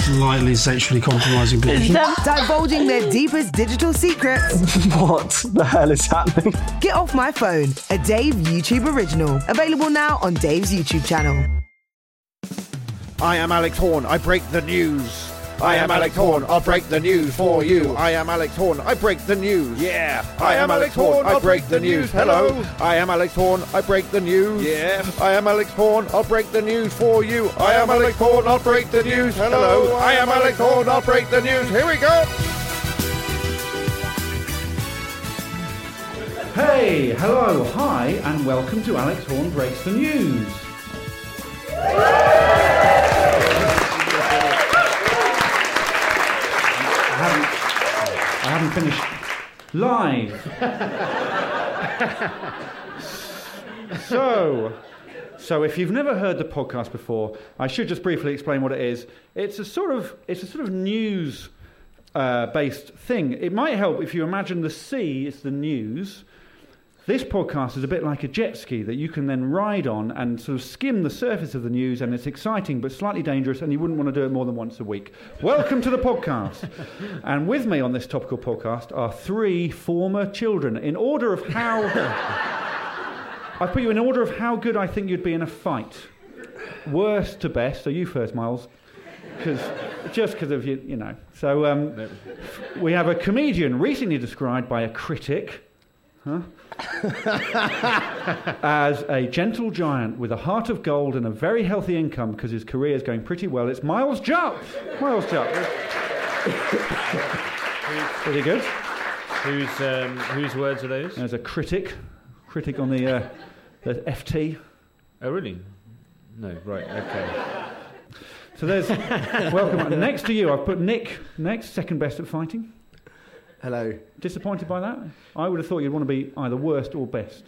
Slightly sexually compromising people. Divulging their deepest digital secrets, what the hell is happening? Get Off My Phone, a Dave YouTube original. Available now on Dave's YouTube channel. I am Alex Horn. I break the news. I am Alex Horn. I'll break the news for you. I am Alex Horn. I break the news. Yeah. I am Alex Horn. I break the news. Hello. I am Alex Horn. I break the news. Yeah. I am Alex Horn. I'll break the news for you. I am Alex Horn. I'll break the news. Hello. I am Alex Horn. I'll break the news. Here we go. Hey, hello, hi, and welcome to Alex Horn Breaks the News. I haven't, I haven't finished live. so, so if you've never heard the podcast before, I should just briefly explain what it is. It's a sort of it's a sort of news uh, based thing. It might help if you imagine the sea is the news. This podcast is a bit like a jet ski that you can then ride on and sort of skim the surface of the news, and it's exciting but slightly dangerous, and you wouldn't want to do it more than once a week. Welcome to the podcast. and with me on this topical podcast are three former children in order of how. I put you in order of how good I think you'd be in a fight. Worst to best. So you first, Miles. 'Cause- just because of you, you know. So um, we have a comedian recently described by a critic as a gentle giant with a heart of gold and a very healthy income because his career is going pretty well. It's Miles Jupp. Miles Jupp. Pretty good. Whose um, whose words are those? There's a critic, critic on the, uh, the FT. Oh, really? No, right, okay. So there's welcome. Next to you, I've put Nick. Next, second best at fighting. Hello. Disappointed by that? I would have thought you'd want to be either worst or best.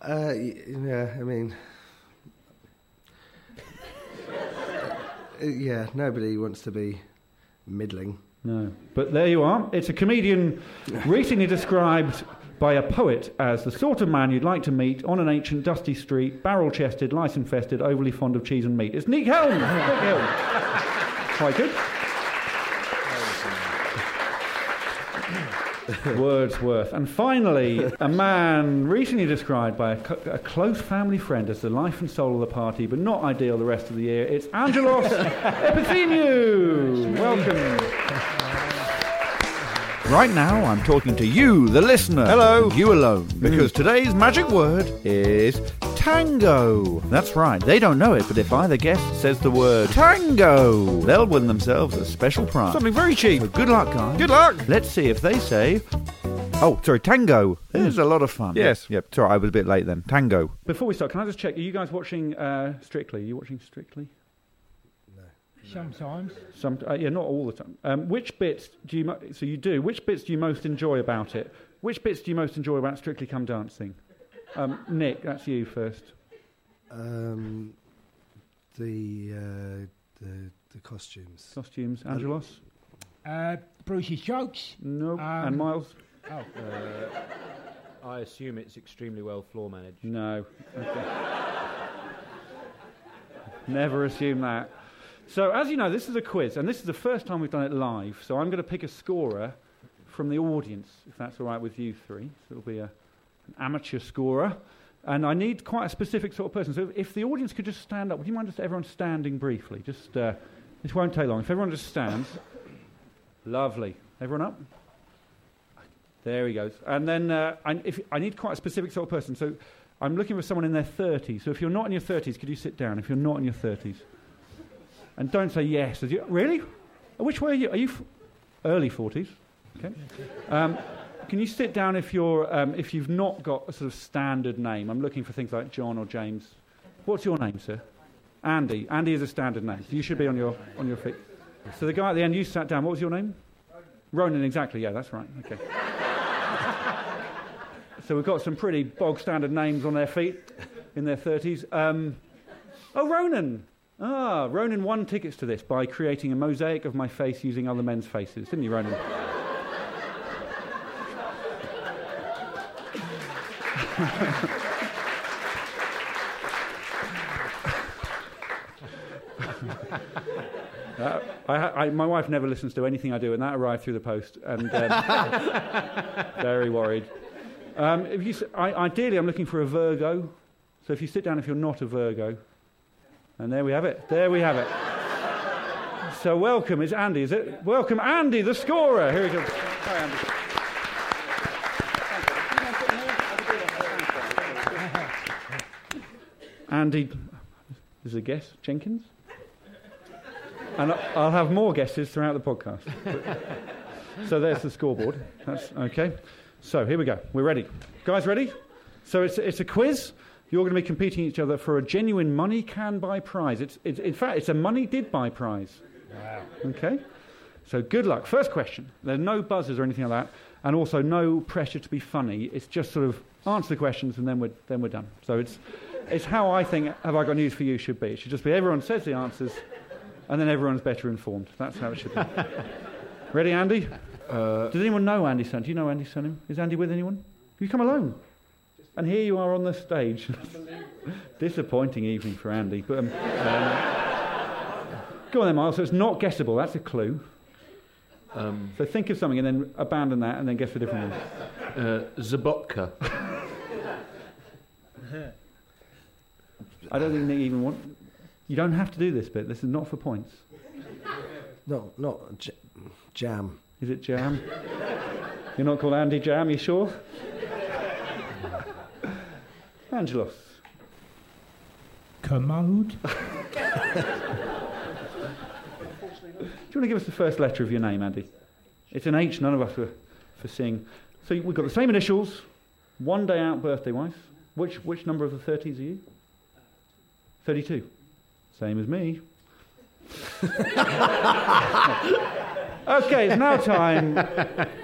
Uh, y- yeah, I mean, Uh, yeah, nobody wants to be middling. No. But there you are. It's a comedian recently described by a poet as the sort of man you'd like to meet on an ancient dusty street, barrel chested, lice infested, overly fond of cheese and meat. It's Nick Helm! Nick Helm. Quite good. Wordsworth. And finally, a man recently described by a, co- a close family friend as the life and soul of the party, but not ideal the rest of the year. It's Angelos Epitheniou. Welcome. Right now, I'm talking to you, the listener. Hello. Mm. You alone. Because today's magic word is tango. That's right. They don't know it, but if either guest says the word tango, they'll win themselves a special prize. Something very cheap. good luck, guys. Good luck. Let's see if they say. Oh, sorry, tango. This is a lot of fun. Yes. Yep. Sorry, I was a bit late then. Tango. Before we start, can I just check? Are you guys watching uh, Strictly? Are you watching Strictly? Sometimes. Some, uh, yeah, not all the time. Um, which bits do you? Mo- so you do. Which bits do you most enjoy about it? Which bits do you most enjoy about Strictly Come Dancing? Um, Nick, that's you first. Um, the, uh, the the costumes. Costumes, Angelos. Uh, Bruce's jokes. No. and Um, Miles. I assume it's extremely well floor managed. No. Never assume that. So, as you know, this is a quiz, and this is the first time we've done it live. So, I'm going to pick a scorer from the audience, if that's all right with you three. So, it'll be a, an amateur scorer. And I need quite a specific sort of person. So, if, if the audience could just stand up, would you mind just everyone standing briefly? Just uh, This won't take long. If everyone just stands. Lovely. Everyone up? There he goes. And then uh, I, if, I need quite a specific sort of person. So I'm looking for someone in their 30s. So if you're not in your 30s, could you sit down? If you're not in your 30s, And don't say yes. As you, really? Which way are you? Are you f- early 40s? Okay. Um, can you sit down if, you're, um, if you've not got a sort of standard name? I'm looking for things like John or James. What's your name, sir? Andy. Andy is a standard name. You should be on your, on your feet. So the guy at the end, you sat down. What was your name? Ronan, exactly. Yeah, that's right. Okay. so we've got some pretty bog standard names on their feet in their 30s. Um, oh, Ronan. Ah, Ronan won tickets to this by creating a mosaic of my face using other men's faces, didn't you, Ronan? Uh, I, I, my wife never listens to anything I do, and that arrived through the post, and um, very worried. Um, if you, s- I, ideally, I'm looking for a Virgo. So if you sit down, if you're not a Virgo, and there we have it. There we have it. so welcome is Andy, is it? Welcome Andy, the scorer. Here he comes. Hi, Andy. Andy is a guess. Jenkins. And I- I'll have more guesses throughout the podcast. so there's the scoreboard. That's okay. So here we go. We're ready. Guys, ready? So it's, it's a quiz. You're going to be competing each other for a genuine money can buy prize. It's, it's, in fact, it's a money did buy prize. Wow. Okay? So good luck. First question. There are no buzzers or anything like that. And also no pressure to be funny. It's just sort of answer the questions and then we're, then we're done. So it's, it's how I think Have I Got News for You should be. It should just be everyone says the answers and then everyone's better informed. That's how it should be. Ready, Andy? Does anyone know Andy Sun? Do you know Andy Sun? Is Andy with anyone? You come alone. And here you are on the stage. Disappointing evening for Andy. But um, um, go on then, Miles. So it's not guessable. That's a clue. Um, So think of something and then abandon that and then guess a different one. uh, Zabotka. I don't think they even want. You don't have to do this bit. This is not for points. No, not j- jam. Is it Jam? You're not called Andy Jam, you sure? Angelos. Commode. Do you want to give us the first letter of your name, Andy? It's an H, none of us were foreseeing. So we've got the same initials, one day out birthday wise. Which, which number of the 30s are you? 32. Same as me. okay, it's now time.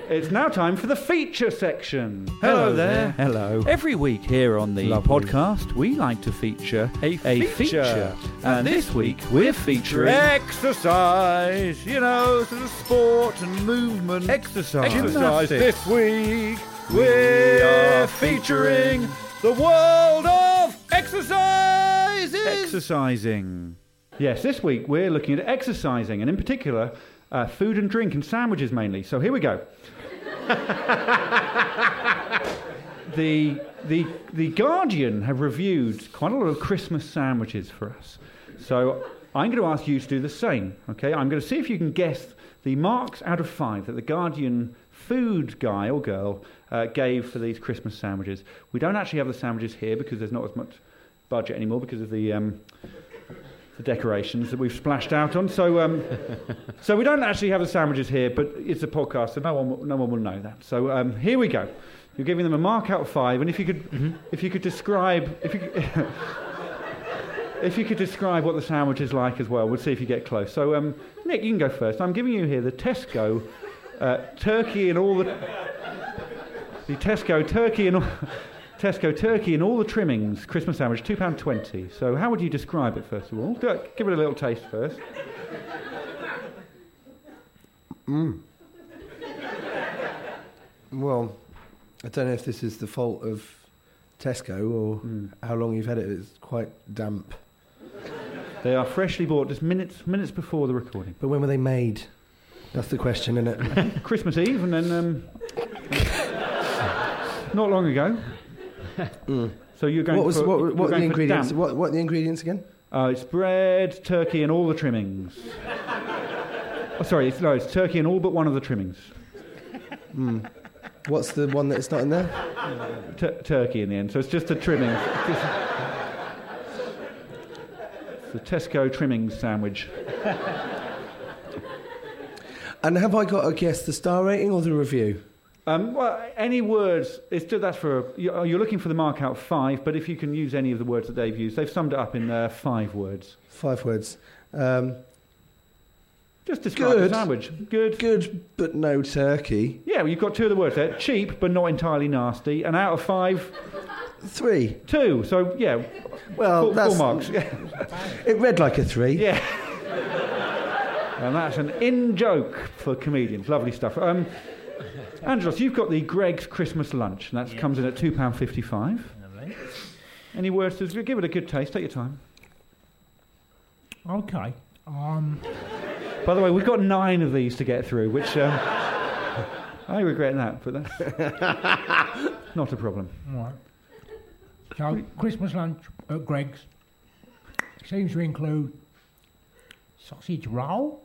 It's now time for the feature section. Hello, there. Hello. Every week here on the podcast, we like to feature a feature. And, this week we're featuring Exercise, you know, sort of sport and movement. Exercise. Exercise. This week, we're featuring the world of exercises. exercising. Yes, this week we're looking at exercising, and in particular, uh, food and drink and sandwiches mainly. So here we go. the, the, the Guardian have reviewed quite a lot of Christmas sandwiches for us. So I'm going to ask you to do the same. Okay, I'm going to see if you can guess the marks out of five that the Guardian food guy or girl uh, gave for these Christmas sandwiches. We don't actually have the sandwiches here because there's not as much budget anymore because of the. Um, the decorations that we've splashed out on. So, um, so we don't actually have the sandwiches here, but it's a podcast, so no one, will- no one will know that. So um, here we go. You're giving them a mark out of five, and if you could, if you could describe, if you, could- if you could describe what the sandwich is like as well, we'll see if you get close. So, um, Nick, you can go first. I'm giving you here the Tesco uh, turkey and all the the Tesco turkey and all, Tesco turkey and all the trimmings Christmas sandwich, two pound twenty. So, how would you describe it first of all? Do it- Give it a little taste first. Well, I don't know if this is the fault of Tesco or Hmm. how long you've had it. It's quite damp. They are freshly bought, just minutes minutes before the recording. But when were they made? That's the question, isn't it? Christmas Eve, and then um, not long ago. So you're going Mm. what was for what, you're what the going for ingredients? damp. What what the ingredients again? Uh, it's bread, turkey, and all the trimmings. oh, sorry, it's, no, it's turkey and all but one of the trimmings. What's the one that's not in there? Tur turkey in the end, so it's just the trimmings. the Tesco trimmings sandwich. And have I got to guess the star rating or the review? Um, well, any words, it's, that's for, a, you're you're looking for the mark out five, but if you can use any of the words that they've used, they've summed it up in uh, five words. Five words. Um, Just describe Good. the sandwich. Good. good, but no turkey. Yeah, well, you've got two of the words there. Cheap, but not entirely nasty. And out of five, Three. two. So, yeah, Well, full, that's full marks. Yeah. it read like a three. Yeah. and that's an in joke for comedians. Lovely stuff. Um, Angelos, you've got the Greg's Christmas lunch, and that comes in at £2.55. Lovely. Any words to give it a good taste? Take your time. Okay. Um, By the way, we've got nine of these to get through, which um, I regret that, but that's not a problem. all right. So, Christmas lunch at Greg's seems to include sausage roll.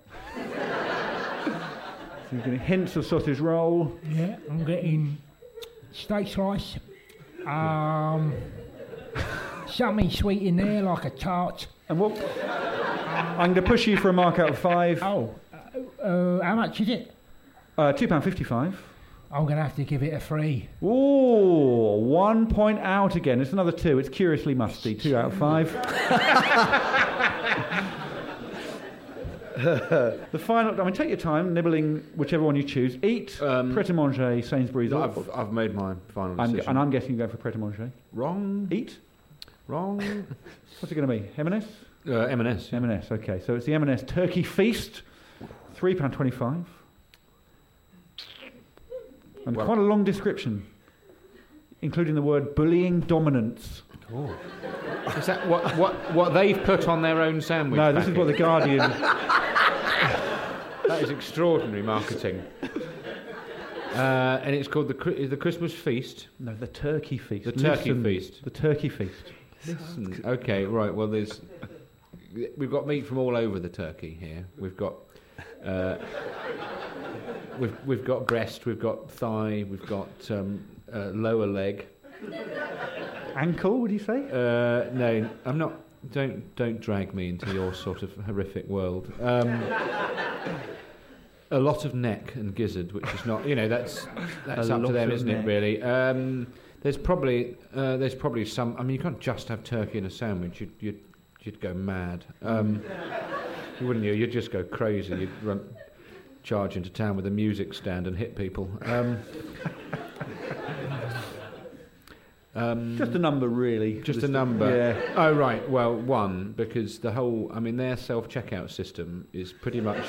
So you're getting hints of sausage roll. Yeah, I'm getting steak slice. Um, something sweet in there, like a tart. And what? I'm going to push you for a mark out of five. Oh, uh, uh, how much is it? Uh, £2.55. I'm going to have to give it a three. Ooh, one point out again. It's another two. It's curiously musty. Two out of five. the final. I mean, take your time nibbling whichever one you choose. Eat Um, Pret a Manger, Sainsbury's. or- I've, I've made my final I'm, decision. and I'm guessing you're going for Pret a Manger. Wrong. Eat. Wrong. What's it going to be? M&S. Uh, M&S. yeah. M&S. Okay, so it's the M&S Turkey Feast, three pound twenty-five. And Well- quite a long description, including the word bullying dominance. Is that what, what, what they've put on their own sandwich? No, this is what the packet? Guardian. That is extraordinary marketing. Uh, and it's called the, Chri- the Christmas Feast. No, the turkey feast. The turkey feast. The turkey feast. Listen, okay, right. Well, there's we've got meat from all over the turkey here. We've got uh, we've we've got breast, we've got thigh, we've got um, uh, lower leg. Ankle, would you say? Uh, no, I'm not. Don't don't drag me into your sort of horrific world. Um, a lot of neck and gizzard, which is not you know that's that's A up to lot them, of isn't neck. it? Really. Um, there's probably uh, there's probably some. I mean, you can't just have turkey in a sandwich. You'd you'd, you'd go mad. Um, you wouldn't you? You'd just go crazy. You'd run charge into town with a music stand and hit people. Um, um, Just a number, really. just a This- number. Yeah. Oh right. Well, one because the whole. I mean, their self-checkout system is pretty much.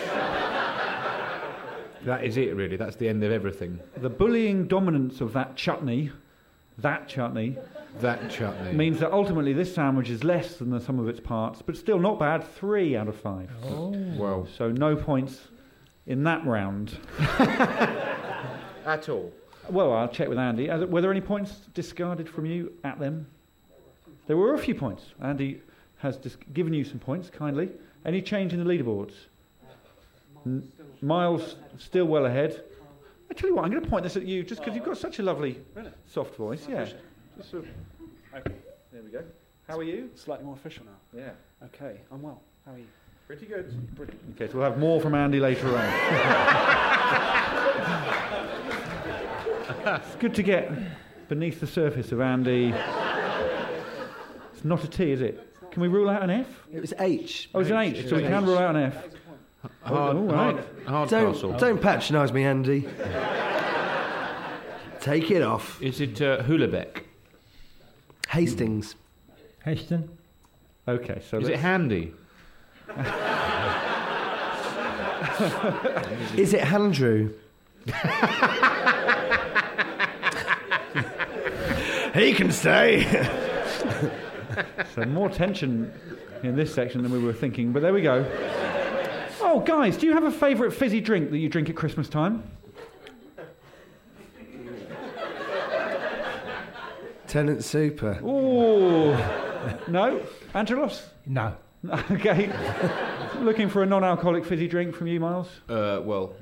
that is it, really. That's the end of everything. The bullying dominance of that chutney, that chutney, That chutney. means that ultimately this sandwich is less than the sum of its parts, but still not bad. Three out of five. Oh. well, So no points in that round. at all. Well, I'll check with Andy. Are there- Were there any points discarded from you at them? There were a few points. Andy has dis- given you some points kindly. Any change in the leaderboards? N- Miles still well ahead. I tell you what, I'm going to point this at you just because you've got such a lovely soft voice. Yeah. Just sort of- There we go. How are you? Slightly more official now. Yeah. Okay, I'm well. How are you? Pretty good. Okay, so we'll have more from Andy later on. it's good to get beneath the surface of Andy. It's not a T, is it? Can we rule out an F? It was H. Oh, it's an H, so we can rule out an F. Hard, all hard, right. hard Don't castle. don't patronise me, Andy. Take it off. Is it uh, Hulebeck? Hastings. Heston. Okay, so Is it let's- handy? Is it Andrew? he can stay. so uh, more tension in this section than we were thinking, but there we go. Oh, guys, do you have a favourite fizzy drink that you drink at Christmas time? Tenant Super. Ooh, no, Angelos. No. Okay. Looking for a non-alcoholic fizzy drink from you, Miles. Uh, well,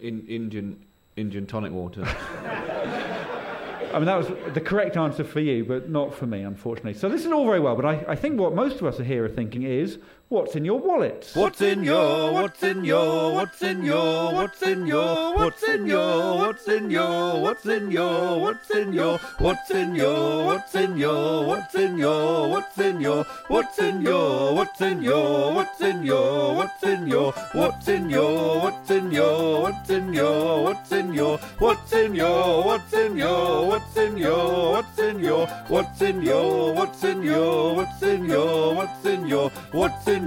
in Indian Indian tonic water. I mean, that was the correct answer for you, but not for me, unfortunately. So this is all very well, but I, I think what most of us are here are thinking is, What's in your wallet? What's in your, what's in your, what's in your, what's in your, what's in your, what's in your, what's in your, what's in your, what's in your, what's in your, what's in your, what's in your, what's in your, what's in your, what's in your, what's in your, what's in your, what's in your, what's in your, what's in your, what's in your, what's in your, what's in your, what's in your, what's in your, what's in your, what's in your, what's in your, what's in your, what's in your, what's in your, what's in your,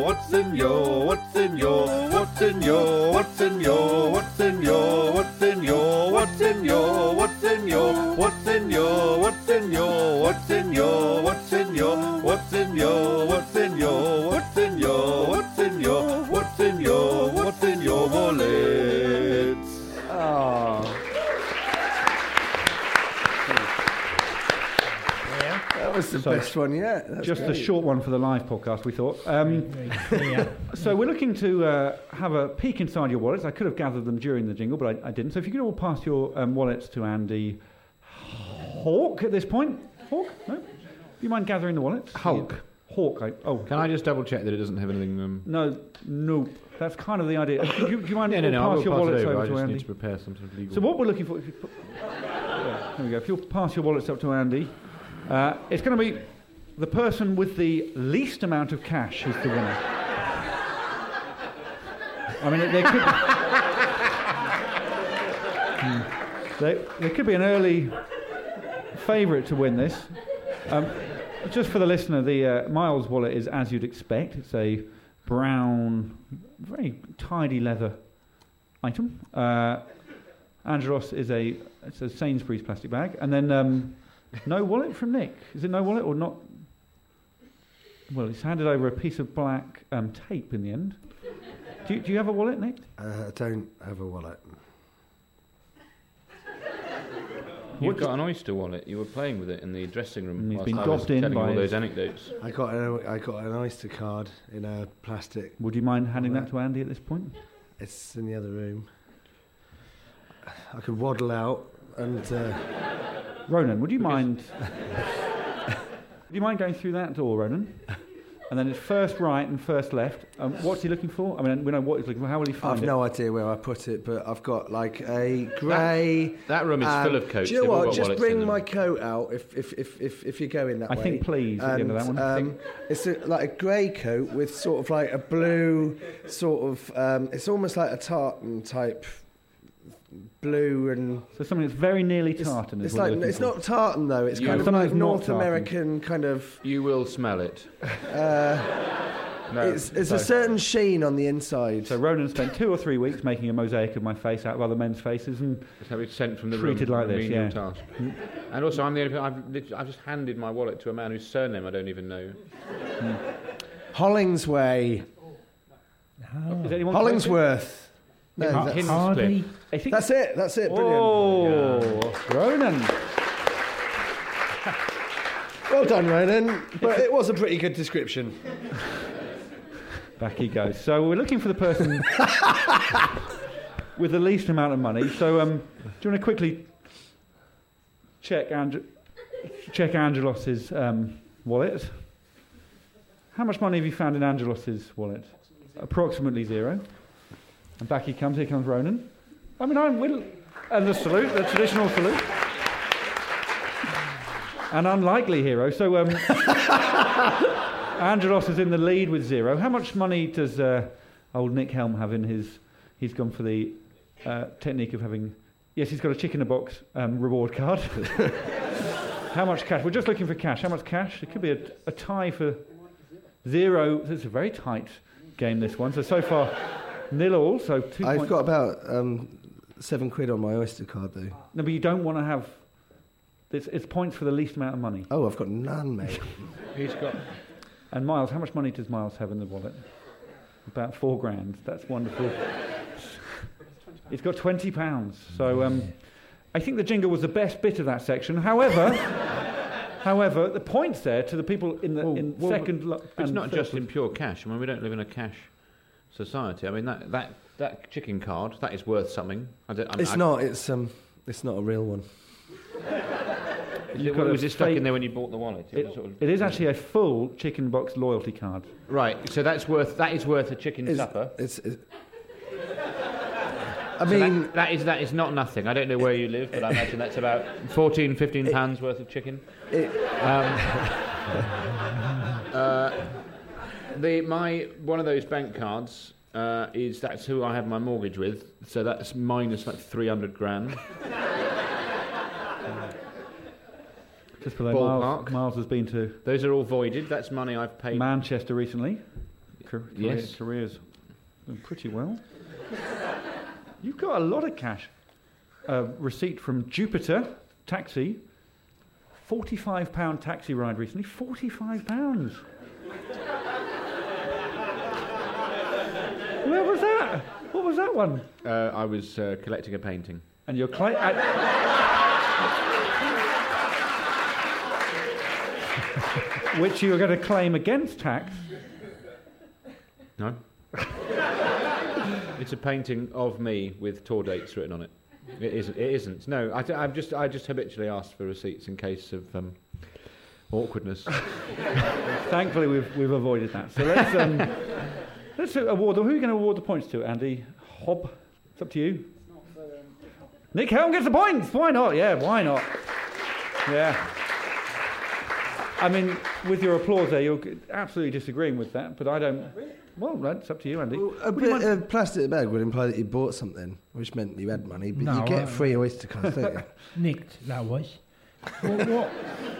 what's in your, what's in your, what's in your, what's in your, what's in your, what's in your, what's in your, what's in your, what's in your, what's in your, what's in your, what's in your, what's in your, what's in your, what's in your, what's in your wallet? That was the So- best one yet. Uh, That's Just a great. short one for the live podcast, we thought. Um, so we're looking to uh, have a peek inside your wallets. I could have gathered them during the jingle, but I, I didn't. So if you could all pass your um, wallets to Andy Hawk at this point. Hawk? No? Do you mind gathering the wallets? Hulk. Hawk. I, oh, Can I just double check that it doesn't have anything? Um, no, nope. That's kind of the idea. Do you, do you mind no, no, no. I pass will your pass wallets it over. over, I to just Andy? need to prepare some sort of legal. So what we're looking for, if you put, yeah, there we go. If you'll pass your wallets up to Andy, uh, it's going to be the person with the least amount of cash is the winner. I mean, there could. Hmm. there, there could be an early favourite to win this. Um, just for the listener, the uh, Miles wallet is as you'd expect. It's a brown, very tidy leather item. Uh, Andros is a it's a Sainsbury's plastic bag, and then um, no wallet from Nick. Is it no wallet or not? Well, he's handed over a piece of black um, tape in the end. Do you, do you have a wallet, Nick? Uh, I don't have a wallet. What You've got an oyster wallet. You were playing with it in the dressing room. And he's whilst been I was doffed in telling by all his- those anecdotes. I got an, I got an Oyster card in a plastic. Would you mind handing that to Andy at this point? It's in the other room. I could waddle out and uh, Ronan, would you mind? would you mind going through that door, Ronan? And then it's first right and first left. Um, what's he looking for? I mean, we know what he's looking for. How will he find I've it? no idea where I put it, but I've got like a grey. um, That room is Um, full of coats. Do you know They've all what? got Just wallets in bring them. my coat out if if if if, if you're going that I way. think please at the end of that one. Um, it's a, like a grey coat with sort of like a blue sort of. Um, it's almost like a tartan type blue and. So something that's very nearly It's, tartan. it's is what like you're looking it's for. not tartan though. It's You- kind of Something like that's not North tartan. American kind of. You will smell it. Uh, no, It's, it's a so- certain sheen on the inside. So Ronan spent two or three weeks making a mosaic of my face out of other men's faces, and So it's sent from the Treated room. like this, remedial yeah. Task. And also, I'm the only. I've, lit- I've just handed my wallet to a man whose surname I don't even know. Hollingsway, is anyone Oh. Hollingsworth. No, Hin- that's- Hinchcliffe. Hardy. I think That's it. That's it. Brilliant. Oh, Ronan! Well done, Ronan. But it was a pretty good description. Back he goes. So we're looking for the person with the least amount of money. So um, do you want to quickly check Ange- check Angelos's um, wallet? How much money have you found in Angelos's wallet? Approximately zero. And back he comes. Here comes Ronan. I mean, I'm will. And the salute, the traditional salute. An unlikely hero. So um, Angelos is in the lead with zero. How much money does uh, old Nick Helm have in his? He's gone for the uh, technique of having. Yes, he's got a chicken in a box um, reward card. How much cash? We're just looking for cash. How much cash? It could be a, a tie for zero. It's a very tight game, this one. So, so far, nil all. So, two I've points. got about um, seven quid on my Oyster card, though. No, but you don't want to have. It's, it's points for the least amount of money. Oh, I've got none, mate. He's got. And Miles, how much money does Miles have in the wallet? About four grand. That's wonderful. He's got twenty pounds. So um, I think the jingle was the best bit of that section. However, however, the points there to the people in the Well, in well, second. Lo- It's and not third just in place. pure cash. I mean, we don't live in a cash society. I mean, that that, that chicken card that is worth something. I don't, I mean, it's I- not. It's um. It's not a real one. You've got a was it stuck fake- in there when you bought the wallet? It was It, sort of- it is actually a full chicken box loyalty card. Right, so that's worth that is worth a chicken Is- supper. I mean, that is that is not nothing. I don't know where you live, but I imagine that's about 14, 15 pounds worth of chicken. um, uh, the my one of those bank cards uh, is that's who I have my mortgage with, so that's minus like three hundred grand. Just below Ballpark. Miles, Miles has been to Those are all voided. That's money I've paid. Manchester recently. Car- career- Yes. career's done pretty well. You've got a lot of cash. A receipt from Jupiter Taxi. Forty-five pound taxi ride recently. Forty-five pounds. Where was that? What was that one? Uh, I was uh, collecting a painting. And your client. and- Which you were going to claim against tax. No. it's a painting of me with tour dates written on it. It isn't. It isn't. No, I, have just I just habitually asked for receipts in case of um, awkwardness. Uh, Thankfully, we've, we've avoided that. So let's, um, let's award them. Who are you going to award the points to, Andy? Hob? It's up to you. Nick Helm gets the points. Why not? Yeah, why not? Yeah. I mean, with your applause there, you're absolutely disagreeing with that, but I don't. Well, that's up to you, Andy. A, bit, a plastic bag would imply that you bought something, which meant you had money, but No, you get I- free oyster cards, don't you? Nicked, that was. Well, what?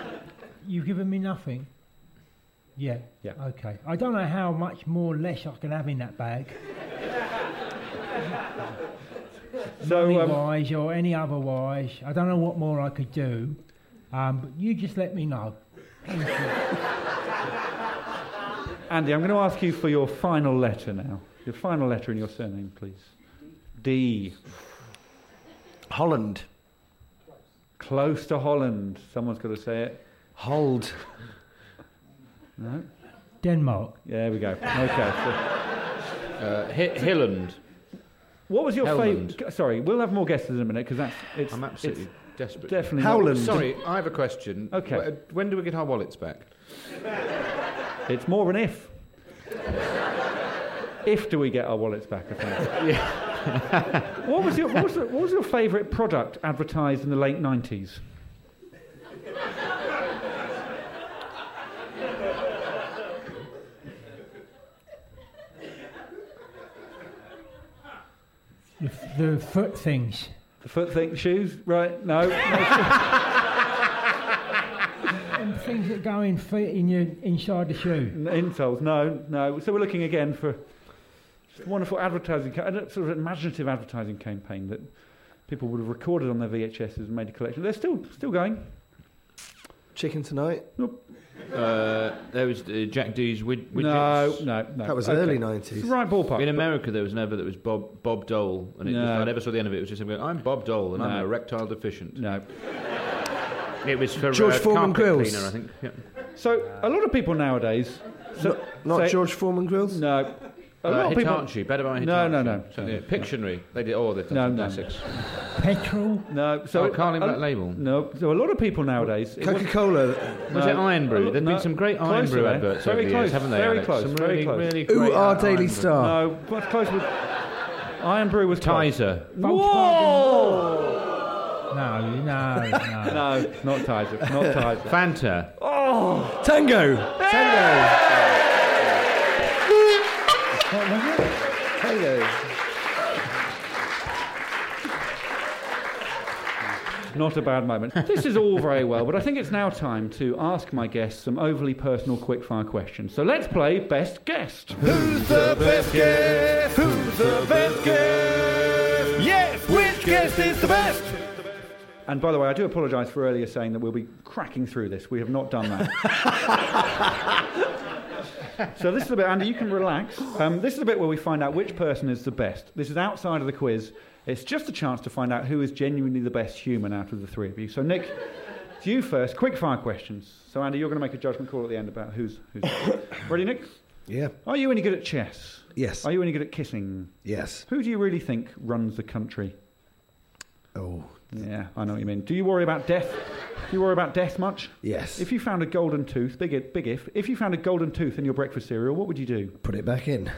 You've given me nothing? Yeah. Yeah. Okay. I don't know how much more less I can have in that bag. So, um, Money-wise or any other wise. I don't know what more I could do. Um, but you just let me know. Andy, I'm going to ask you for your final letter now. Your final letter in your surname, please. D. Holland. Close to Holland. Someone's got to say it. Hold. No. Denmark. There we go. Okay. So. Uh, Hi- Hilland. What was your Helmand. favourite? Sorry, we'll have more guesses in a minute because that's. It's, I'm absolutely it's desperate. Definitely. Howland. Not, Sorry, I have a question. Okay. Wh- When do we get our wallets back? It's more of an if. if do we get our wallets back? I think. yeah. what was your What was, the- what was your favourite product advertised in the late nineties? The, f- the foot things. The foot thing, shoes, right? No. no. And things that go in feet in your, inside the shoe. Insoles, no, no. So we're looking again for just a wonderful advertising, ca- a sort of imaginative advertising campaign that people would have recorded on their VHSs and made a collection. They're still still going. Chicken tonight? Uh, there was uh, Jack D's wid- No, widgets. no, no. That was early 90s. It's the right ballpark. In America, there was an advert that was Bob Bob Dole, and it No. was, I never saw the end of it. It was just him going, "I'm Bob Dole, and I'm No. erectile deficient." No. It was for George uh, Foreman carpet grills. cleaner, I think. Yeah. So a lot of people nowadays. So, Not say- George Foreman grills? No. A Uh, lot of people. Hitachi, better buy No, Hitachi. no, no. So, yeah, Pictionary, they did all the No, no. classics. Petrol. No. So Oh, Carling a- Black Label. No. So a lot of people nowadays. it Coca Cola. was- Was no, it Iron a Brew? lot- There've no, been some great Iron closer Brew there. adverts very over the close, years, haven't they? Very Alex? close. Some very really, close. really great Ooh, our Iron Daily Brew. Star. No, what's close with Iron Brew was close. Tizer. Whoa! No, no, no. No, not Tizer. Not Tizer. Fanta. Tango! Tango! What was it? Tango. Not a bad moment. This is all very well, but I think it's now time to ask my guests some overly personal quickfire questions. So let's play Best Guest. Who's the best guest? Who's the best guest? Yes, which guest is the best? And by the way, I do apologise for earlier saying that we'll be cracking through this. We have not done that. so this is the bit, Andy, you can relax. Um, this is the bit where we find out which person is the best. This is outside of the quiz. It's just a chance to find out who is genuinely the best human out of the three of you. So Nick, it's you first. Quick fire questions. So Andy, you're going to make a judgment call at the end about who's who's. Ready, Nick? Yeah. Are you any good at chess? Yes. Are you any good at kissing? Yes. Who do you really think runs the country? Oh. Yeah, I know what you mean. Do you worry about death? You worry about death much? Yes. If you found a golden tooth, big, i- big if, if you found a golden tooth in your breakfast cereal, what would you do? Put it back in.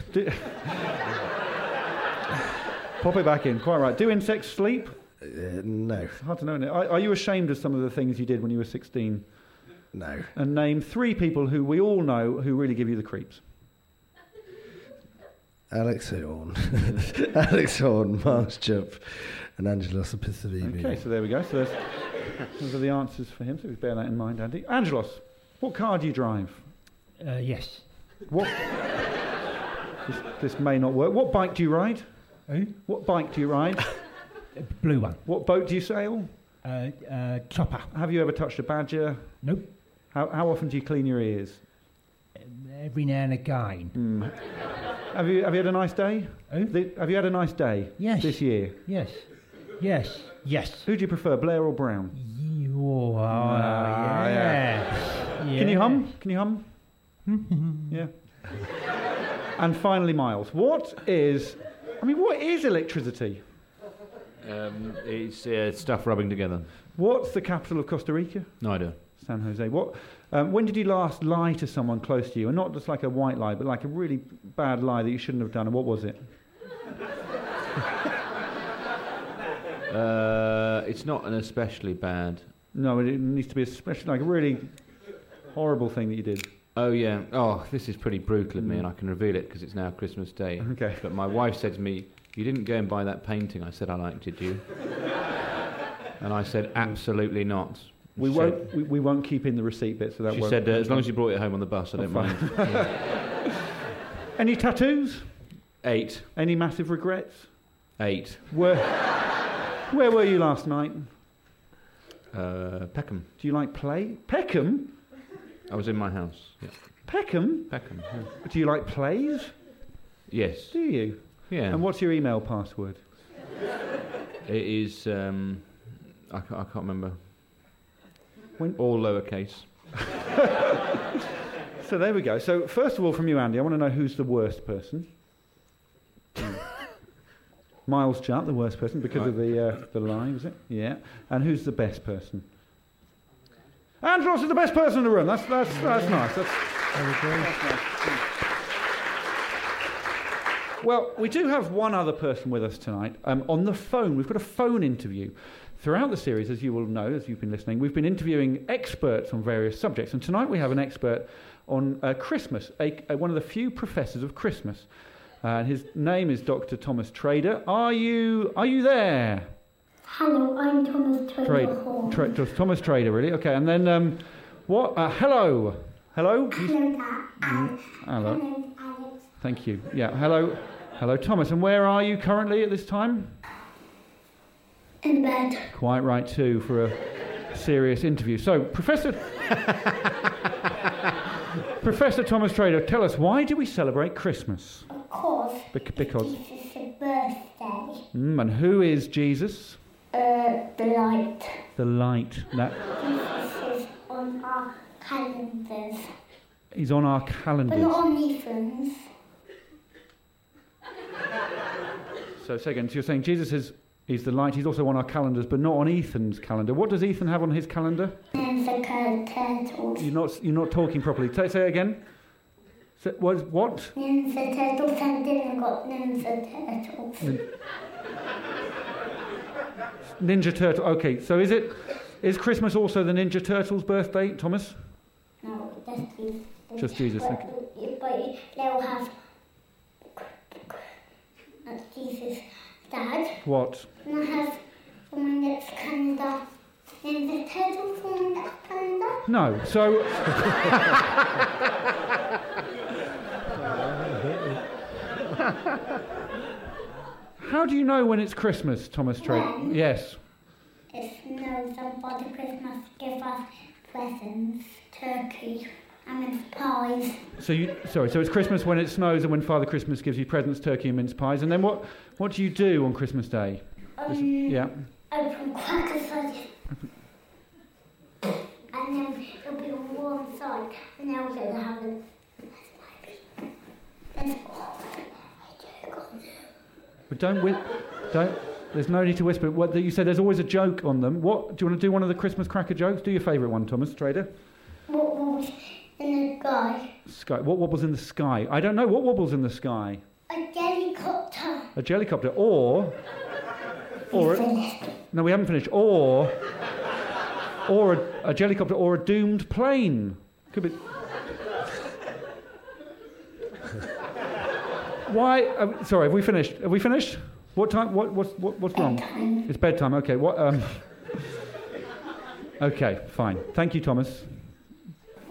Pop it back in, quite right. Do insects sleep? Uh, no. It's hard to know. Isn't it? Are, are you ashamed of some of the things you did when you were 16? No. And name three people who we all know who really give you the creeps. Alex Horn. Alex Horn, Marsh Jupp, and Angelos Episavivi. Okay, so there we go. So there's, those are the answers for him. So we bear that in mind, Andy. Angelos, what car do you drive? Uh, yes. What? this, this may not work. What bike do you ride? Who? What bike do you ride? Blue one. What boat do you sail? Uh, uh, chopper. Have you ever touched a badger? Nope. How, how often do you clean your ears? Every now and again. Hmm. Have you have you had a nice day? Th- have you had a nice day? Yes. This year. Yes. Yes. Yes. Who do you prefer, Blair or Brown? You are. Ah, yes. Can you hum? Can you hum? Hmm? yeah. and finally, Miles. What is? I mean, what is electricity? Um, it's uh, stuff rubbing together. What's the capital of Costa Rica? No idea. San Jose. What? Um, when did you last lie to someone close to you, and not just like a white lie, but like a really bad lie that you shouldn't have done? And what was it? Uh, it's not an especially bad. No, it needs to be especially like a really horrible thing that you did. Oh yeah. Oh, this is pretty brutal of me, Mm. and I can reveal it because it's now Christmas Day. Okay. But my wife said to me, "You didn't go and buy that painting I said I liked, did you?" and I said, "Absolutely not." We She said- won't. We, we won't keep in the receipt bit, so that She won't. said, uh, "As long as you brought it home on the bus, I don't fine. mind." Any tattoos? Eight. Any massive regrets? Eight. Where, where were you last night? Uh, Peckham. Do you like play? Peckham? I was in my house. Yeah. Peckham? Peckham. yeah. Do you like plays? Yes. Do you? Yeah. And what's your email password? It is. Um, I, ca- I can't remember. When- All lowercase. So there we go. So first of all, from you, Andy, I want to know who's the worst person. Miles Chart, the worst person because of the uh, the lie, was it? Yeah. And who's the best person? Andros is the best person in the room. That's that's that's nice. That's, Well, we do have one other person with us tonight um, on the phone. We've got a phone interview. Throughout the series, as you will know, as you've been listening, we've been interviewing experts on various subjects. And tonight we have an expert on uh, Christmas, a, a- one of the few professors of Christmas. Uh, his name is Dr. Thomas Trader. Are you, are you there? Hello, I'm Thomas Trade, Twinkle. tra- Dr. Thomas Trader, really? Okay, and then um, what? Uh, hello. Hello? Hello, Dad. Mm, hello. Hello, Alex. Thank you. Yeah, hello. Hello, Thomas. And where are you currently at this time? In bed. Quite right too for a serious interview. So, Professor Professor Thomas Trader, tell us why do we celebrate Christmas? Of course, Bec- because, this is a birthday. mm, and who is Jesus? Uh, the light. The light that This is on our calendars. is on our But not calendars. on Ethan's. So, second, so you're saying Jesus is is the light. He's also on our calendars, but not on Ethan's calendar. What does Ethan have on his calendar? And the colored turtles. You're not you're not talking properly. Say, say it again. Say, what? What? Ninja turtles and didn't got ninja turtles. Ninja Turtle. Okay, so is it is Christmas also the Ninja Turtle's birthday, Thomas? No, just Jesus. Just Jesus, But, okay. but they'll have. Not Jesus. Dad. What? And I have someone that's calendar. And the turtle someone that's calendar. No. So How do you know when it's Christmas, Thomas Trent? When? Yes. It snows about the Christmas give us presents, turkey, and mince pies. So you sorry, so it's Christmas when it snows and when Father Christmas gives you presents, turkey and mince pies. And then what what do you do on Christmas Day? Um, Yeah. Open crackers side. and then it'll be on one side, and then we're going to have a. That's my baby. That's all I do. But don't whi- don't There's no need to whisper. What you said? There's always a joke on them. What do you want to do? One of the Christmas cracker jokes? Do your favourite one, Thomas Trader. What was in the guy? Sky. What wobbles in the sky? I don't know. What wobbles in the sky? A helicopter. A jellycopter, or, or a, no, we haven't finished. Or, or a, a jellycopter, or a doomed plane. Could be. Why? Uh, sorry, have we finished? Have we finished? What time? What, what's, what, what's wrong? Bedtime. It's bedtime. Okay. What? Um, okay. Fine. Thank you, Thomas.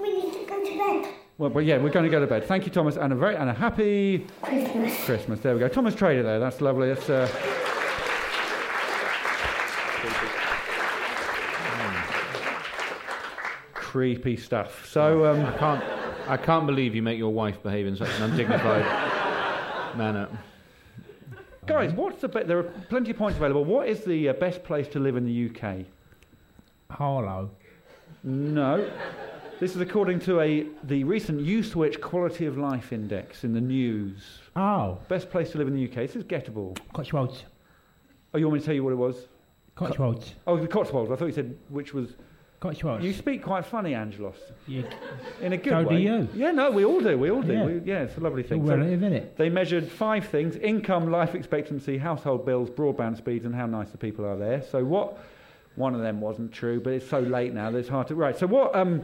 We need to go to bed. Well, but yeah, we're going to go to bed. Thank you, Thomas, and a very and a happy Christmas. Christmas. There we go. Thomas Trader there. That's lovely. That's. Uh, Creepy stuff. So um, I can't, I can't believe you make your wife behave in such an undignified manner. Guys, what's the be- there are plenty of points available. What is the uh, best place to live in the UK? Harlow. No. This is according to a the recent Uswitch Quality of Life Index in the news. Oh, Best place to live in the UK. This is gettable. Cotswolds. Oh, you want me to tell you what it was? Cotswolds. Oh, the Cotswolds. I thought you said which was. Cotswolds. You speak quite funny, Angelos. You, In a good So way. do you. Yeah, no, we all do. We all do. Yeah. Yeah, we, yeah it's a lovely you're thing. So relative, innit? they measured five things: income, life expectancy, household bills, broadband speeds, and how nice the people are there. So what? One of them wasn't true, but it's so late now that it's hard to. Right. So what? Um,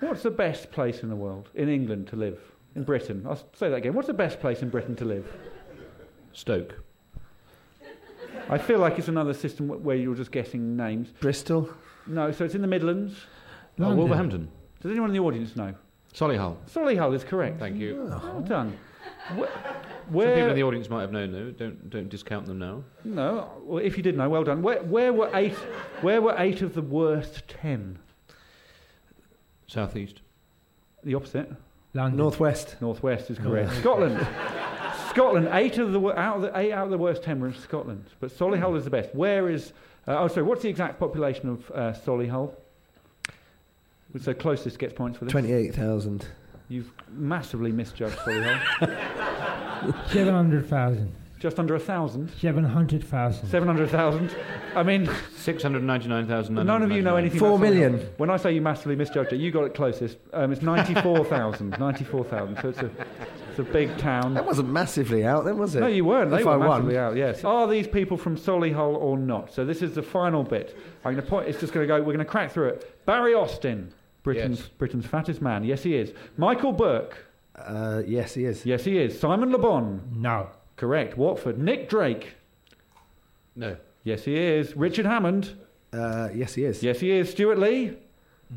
what's the best place in the world in England to live? In Britain, I'll s- say that again. What's the best place in Britain to live? Stoke. I feel like it's another system wh- where you're just guessing names. Bristol. No, so it's in the Midlands. Oh, London. Wolverhampton. Does anyone in the audience know? Solihull. Solihull is correct. Thank you. Well done. Wh- Some people Where, in the audience might have known though. Don't don't discount them now. no, well, if you did know, well done. Where, where were eight? Where were eight of the worst ten? Southeast. The opposite. London. Northwest. Northwest is correct. Scotland. Scotland. Eight of the wor- out of the eight out of the worst ten were in Scotland, but Solihull is the best. Where is? Uh, oh, sorry. What's the exact population of uh, Solihull? So closest gets points for this. 28,000. You've massively misjudged Solihull. 700,000. Just under a thousand. 700,000. Seven hundred thousand. I mean. Six hundred ninety-nine thousand. None of you know anything. Four about Solihull. million. When I say you massively misjudged it, you got it closest. Um, it's 94,000. 94,000. So it's a, it's a big That town. wasn't massively out then, was it? No, you weren't. They If were I massively won. out. Yes. Are these people from Solihull or not? So this is the final bit. I'm going to point. It's just going to go. We're going to crack through it. Barry Austin, Britain's Yes. Britain's fattest man. Yes, he is. Michael Burke. Uh, yes, he is. Yes, he is. Simon Le Bon. No. Correct. Watford. Nick Drake. No. Yes, he is. Richard Hammond. Uh, yes, he is. Yes, he is. Stuart Lee.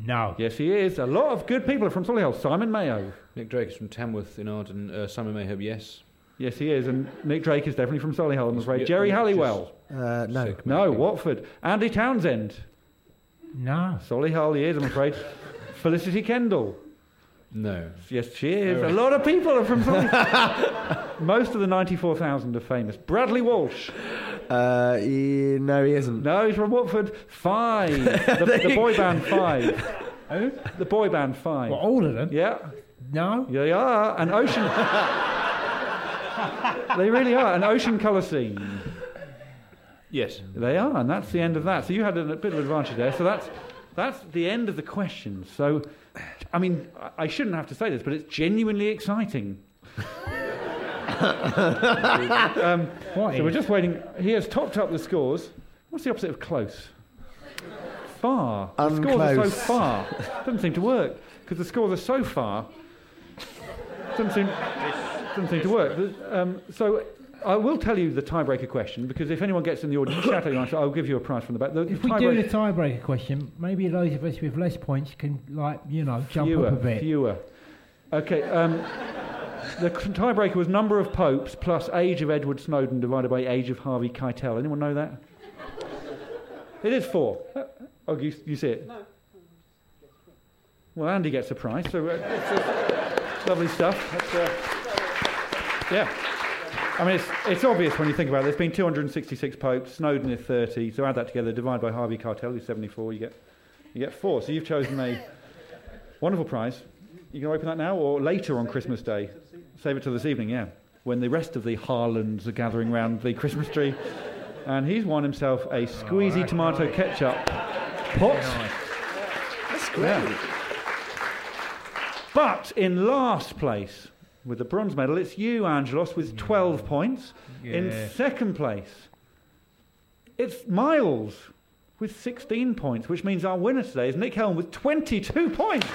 No. Yes, he is. A lot of good people are from Solihull. Simon Mayo. Nick Drake is from Tamworth in Arden. Uh, Simon Mayhope, yes. Yes, he is. And Nick Drake is definitely from Solihull, I'm afraid. yeah, Jerry yeah, Halliwell. Uh, no. Sick. No, Watford. Andy Townsend. No. Solihull, he is, I'm afraid. Felicity Kendall. No. Yes, she is. A lot of people are from Solihull. Most of the 94,000 are famous. Bradley Walsh. Uh, he, no, he isn't. No, he's from Watford. Five. The, the boy band Five. Who? The boy band Five. Well, all of them? Yeah. No. Yeah, they are. An ocean. they really are. An ocean colour scene. Yes. They are, and that's the end of that. So you had a bit of advantage there. So that's that's the end of the questions. So, I mean, I- I shouldn't have to say this, but it's genuinely exciting. What Um, So we're is? just waiting. He has topped up the scores. What's the opposite of close? Far. The scores are so Unclose. far. Doesn't seem to work because the scores are so far. Doesn't seem, doesn't seem to work. The- Um, so I will tell you the tiebreaker question because if anyone gets in the audience shouting, I'll- I'll give you a prize from the back. The, If the we do tiebreaker- the tiebreaker question, maybe those of us with less points can, like, you know, jump fewer, up a bit. Fewer. Okay. Um, the c- tiebreaker was number of popes plus age of Edward Snowden divided by age of Harvey Keitel. Anyone know that? It is four. Uh, Oh, you, you see it? No. Well, Andy gets a prize, so uh, it's, uh, lovely stuff. That's, uh, yeah. I mean, it's, it's obvious when you think about it. There's been 266 popes. Snowden is 30. So add that together, divide by Harvey Keitel, who's 74. You get, you get four. So you've chosen a Wonderful prize. You can open that now or later on Christmas Day. Save it till this evening, yeah. When the rest of the Harlands are gathering round the Christmas tree and he's won himself a squeezy tomato ketchup pot. That's great. But in last place with the bronze medal, it's you, Angelos, with 12 points. Yeah. In second place, it's Miles with 16 points, which means our winner today is Nick Helm with 22 points.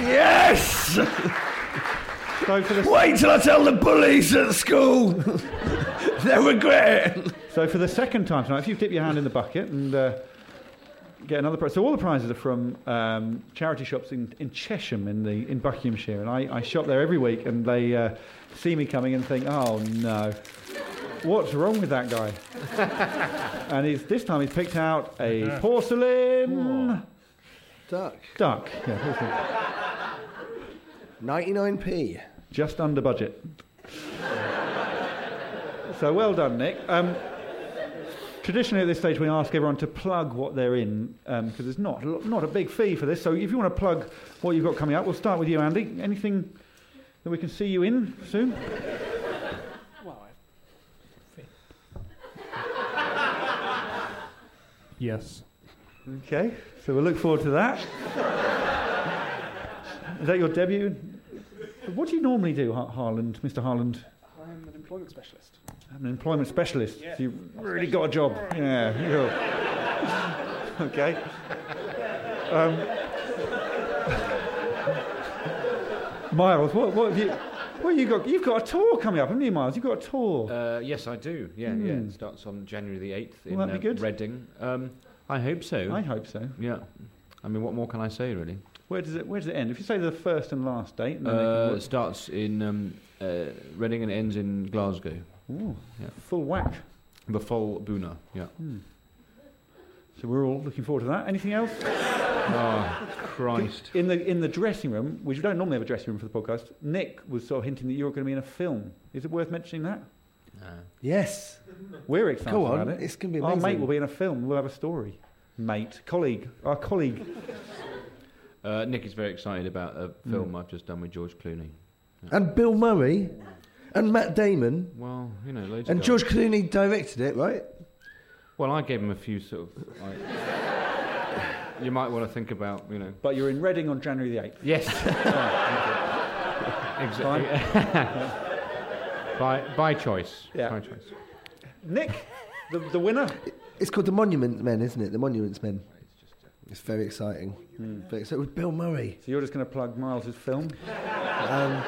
Yes! Wait till I tell the bullies at school. they regret it. So for the second time tonight, if you dip your hand in the bucket and uh, get another prize, so all the prizes are from um, charity shops in, in Chesham in the in Buckinghamshire, and I, I shop there every week, and they uh, see me coming and think, oh no, what's wrong with that guy? and he's, this time he's picked out a porcelain Duck. duck. Yeah, porcelain. 99p. Just under budget. so well done, Nick. Um, traditionally, at this stage, we ask everyone to plug what they're in because there's not a lo- not a big fee for this. So if you want to plug what you've got coming up, we'll start with you, Andy. Anything that we can see you in soon? Yes. Okay, so we'll look forward to that. Is that your debut? What do you normally do, Har- Harland, Mr. Harland? I'm an employment specialist. I'm an employment specialist. Yeah. So you've really got a job. Yeah. you're- okay. Um, Miles, what, what have you? What you got? You've got a tour coming up, haven't you, Miles? You've got a tour. Uh, yes, I do. Yeah, yeah. Hmm. It starts on January the 8th in Will that be uh, good? Reading. Um, I hope so. I hope so. Yeah. I mean, what more can I say, really? Where does it? Where does it end? If you say the first and last date, and then Uh, they it starts in um, uh, Reading and ends in Glasgow. can, Ooh, Yeah. full whack. The full Buna, yeah. Hmm. So we're all looking forward to that. Anything else? Oh, Christ. In the in the dressing room, which we don't normally have a dressing room for the podcast, Nick was sort of hinting that you were going to be in a film. Is it worth mentioning that? Yes. We're excited Go on, about it. it's gonna be Our mate amazing. will be in a film. We'll have a story. Mate, colleague, our colleague. Uh, Nick is very excited about a Hmm. film I've just done with George Clooney. And Bill Murray. And Matt Damon. Well, you know, loads And of George guys. Clooney directed it, right? Well, I gave him a few sort of. I- you might want to think about, you know. But you're in Reading on January the eighth. Yes. exactly. by by choice. Yeah. By choice. Nick, the, the winner. It's called The Monument Men, isn't it? The Monuments Men. It's very exciting. Hmm. Very exciting. With Bill Murray. So you're just going to plug Miles's film. Um,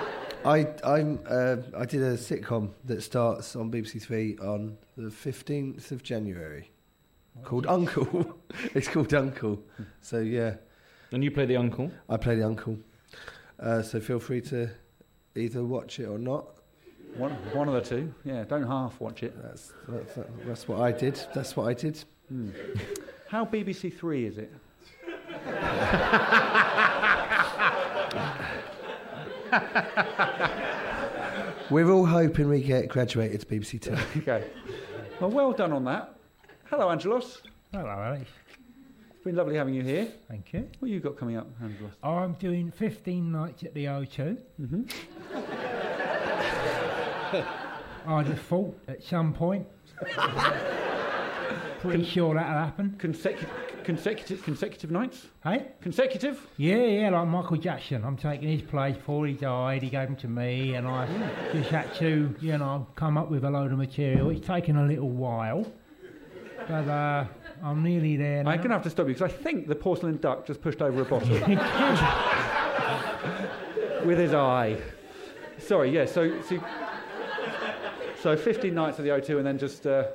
I I'm uh, I did a sitcom that starts on BBC Three on the fifteenth of January, called Uncle. it's called Uncle. So yeah, And you play the uncle. I play the uncle. Uh, so feel free to either watch it or not. One, one of the two. Yeah, don't half watch it. That's that's, that's what I did. That's what I did. How BBC Three is it? We're all hoping we get graduated to BBC Two. Okay. Well, well done on that. Hello, Angelos. Hello, Alex. It's been lovely having you here. Thank you. What you got coming up, Angelos? I'm doing 15 nights at the O2. Mm-hmm. I'd have thought at some point. Pretty sure that'll happen. Consecutive, consecutive, consecutive nights. Hey? Consecutive. Yeah, yeah, like Michael Jackson. I'm taking his place before he died. He gave them to me, and I just had to, you know, come up with a load of material. It's taken a little while, but uh, I'm nearly there now. I'm going to have to stop you because I think the porcelain duck just pushed over a bottle with his eye. Sorry, yeah. So, so, so 15 nights of the O2, and then just, uh,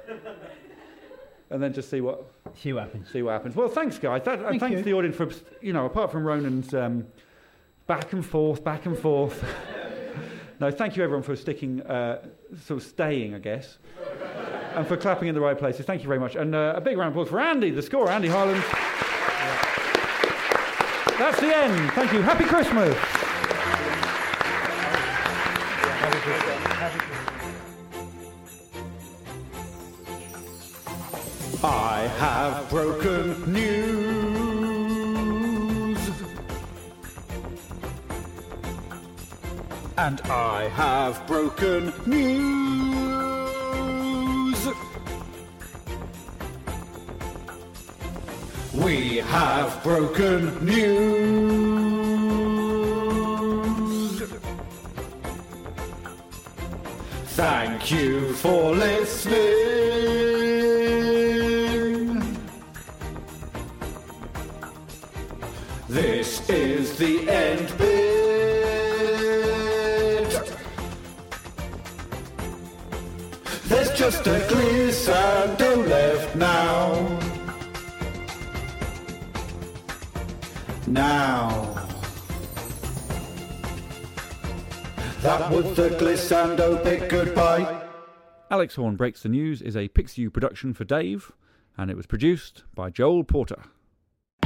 and then just see what see what happens. See what happens. Well, thanks, guys. That, and Thank thanks you. to the audience for you know, apart from Ronan's um, back and forth, back and forth. no, thank you everyone for sticking, uh, sort of staying, I guess, and for clapping in the right places. Thank you very much, and uh, a big round of applause for Andy, the scorer, Andy Harland. That's the end. Thank you. Happy Christmas. I have broken news. and I have broken news. We have broken news. Thank you for listening. This is the end bit. There's just a glissando left now. Now. That was the glissando bit. Goodbye. Alex Horn Breaks the News is a Pixiu production for Dave, and it was produced by Joel Porter.